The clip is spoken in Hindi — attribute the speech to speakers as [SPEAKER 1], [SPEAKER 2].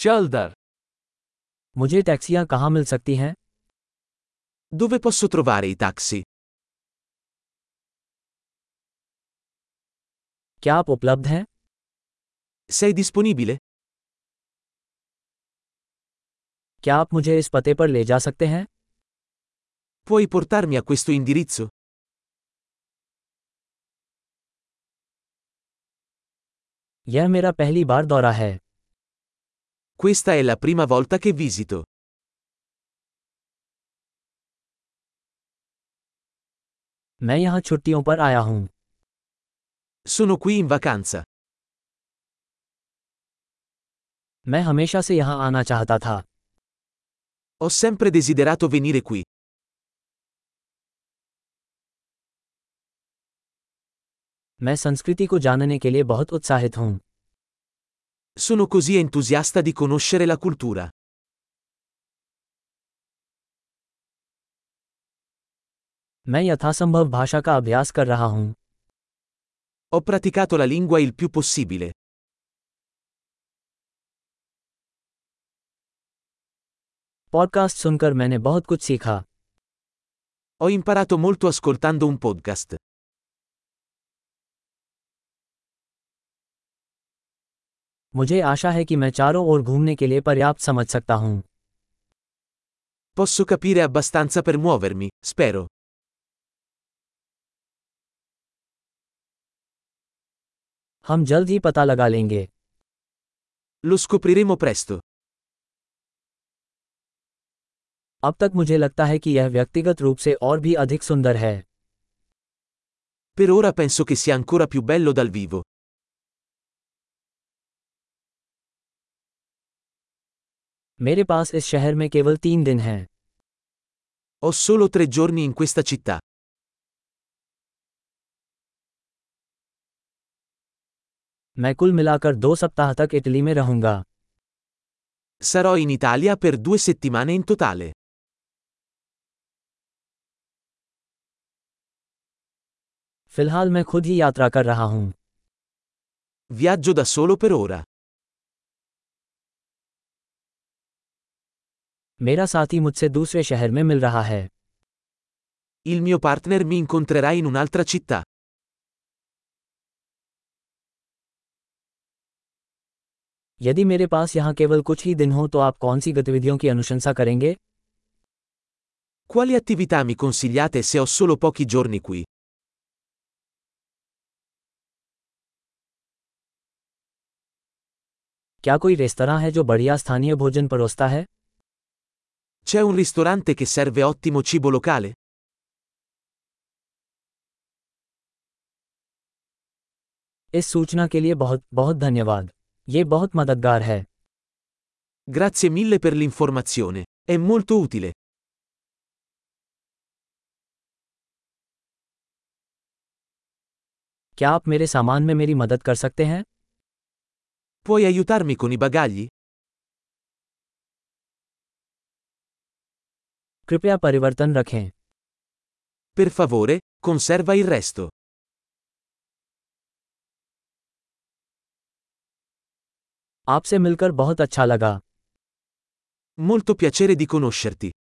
[SPEAKER 1] C'è dar.
[SPEAKER 2] मुझे टैक्सियाँ कहाँ मिल सकती हैं
[SPEAKER 1] Dove posso trovare i taxi?
[SPEAKER 2] क्या आप उपलब्ध हैं
[SPEAKER 1] Sei disponibile?
[SPEAKER 2] क्या आप मुझे इस पते पर ले जा सकते हैं
[SPEAKER 1] Puoi portarmi a questo indirizzo?
[SPEAKER 2] यह मेरा पहली बार दौरा है
[SPEAKER 1] Questa è la prima volta che visito.
[SPEAKER 2] मैं यहाँ छुट्टियों पर आया हूँ
[SPEAKER 1] Sono qui in vacanza.
[SPEAKER 2] मैं हमेशा से यहाँ आना चाहता था
[SPEAKER 1] Ho sempre desiderato venire qui.
[SPEAKER 2] मैं संस्कृति को जानने के लिए बहुत उत्साहित हूँ
[SPEAKER 1] Sono così entusiasta di conoscere la cultura.
[SPEAKER 2] मैं यथासंभव भाषा का अभ्यास कर रहा हूँ
[SPEAKER 1] Ho praticato la lingua il più possibile.
[SPEAKER 2] Podcast सुनकर मैंने बहुत कुछ सीखा
[SPEAKER 1] Ho imparato molto ascoltando un podcast.
[SPEAKER 2] मुझे आशा है कि मैं चारों ओर घूमने के लिए पर्याप्त समझ सकता हूँ
[SPEAKER 1] Posso capire abbastanza per muovermi, spero.
[SPEAKER 2] हम जल्द ही पता लगा लेंगे
[SPEAKER 1] Lo scopriremo presto.
[SPEAKER 2] अब तक मुझे लगता है कि यह व्यक्तिगत रूप से और भी अधिक सुंदर है
[SPEAKER 1] Per ora penso che sia ancora più bello dal vivo.
[SPEAKER 2] मेरे पास इस शहर में केवल तीन दिन हैं
[SPEAKER 1] Ho solo tre giorni in questa città.
[SPEAKER 2] मैं कुल मिलाकर दो सप्ताह तक इटली में रहूंगा
[SPEAKER 1] Sarò in Italia per due settimane in totale.
[SPEAKER 2] फिलहाल मैं खुद ही यात्रा कर रहा हूँ
[SPEAKER 1] Viaggio da solo per ora.
[SPEAKER 2] मेरा साथी मुझसे दूसरे शहर में मिल रहा है
[SPEAKER 1] Il mio partner mi incontrerà in un'altra città.
[SPEAKER 2] यदि मेरे पास यहाँ केवल कुछ ही दिन हो तो आप कौन सी गतिविधियों की अनुशंसा करेंगे
[SPEAKER 1] Quali attività mi consigliate se ho solo pochi giorni qui?
[SPEAKER 2] क्या कोई रेस्तरा है जो बढ़िया स्थानीय भोजन परोसता है
[SPEAKER 1] C'è un ristorante che serve ottimo cibo locale?
[SPEAKER 2] इस सूचना के लिए बहुत बहुत धन्यवाद ये बहुत मददगार है
[SPEAKER 1] Grazie mille per l'informazione. È molto utile.
[SPEAKER 2] क्या आप मेरे सामान में मेरी मदद कर सकते हैं
[SPEAKER 1] Puoi aiutarmi con i bagagli?
[SPEAKER 2] कृपया परिवर्तन रखें
[SPEAKER 1] Per favore, conserva il resto.
[SPEAKER 2] आपसे मिलकर बहुत अच्छा लगा अच्छा
[SPEAKER 1] Molto piacere di conoscerti.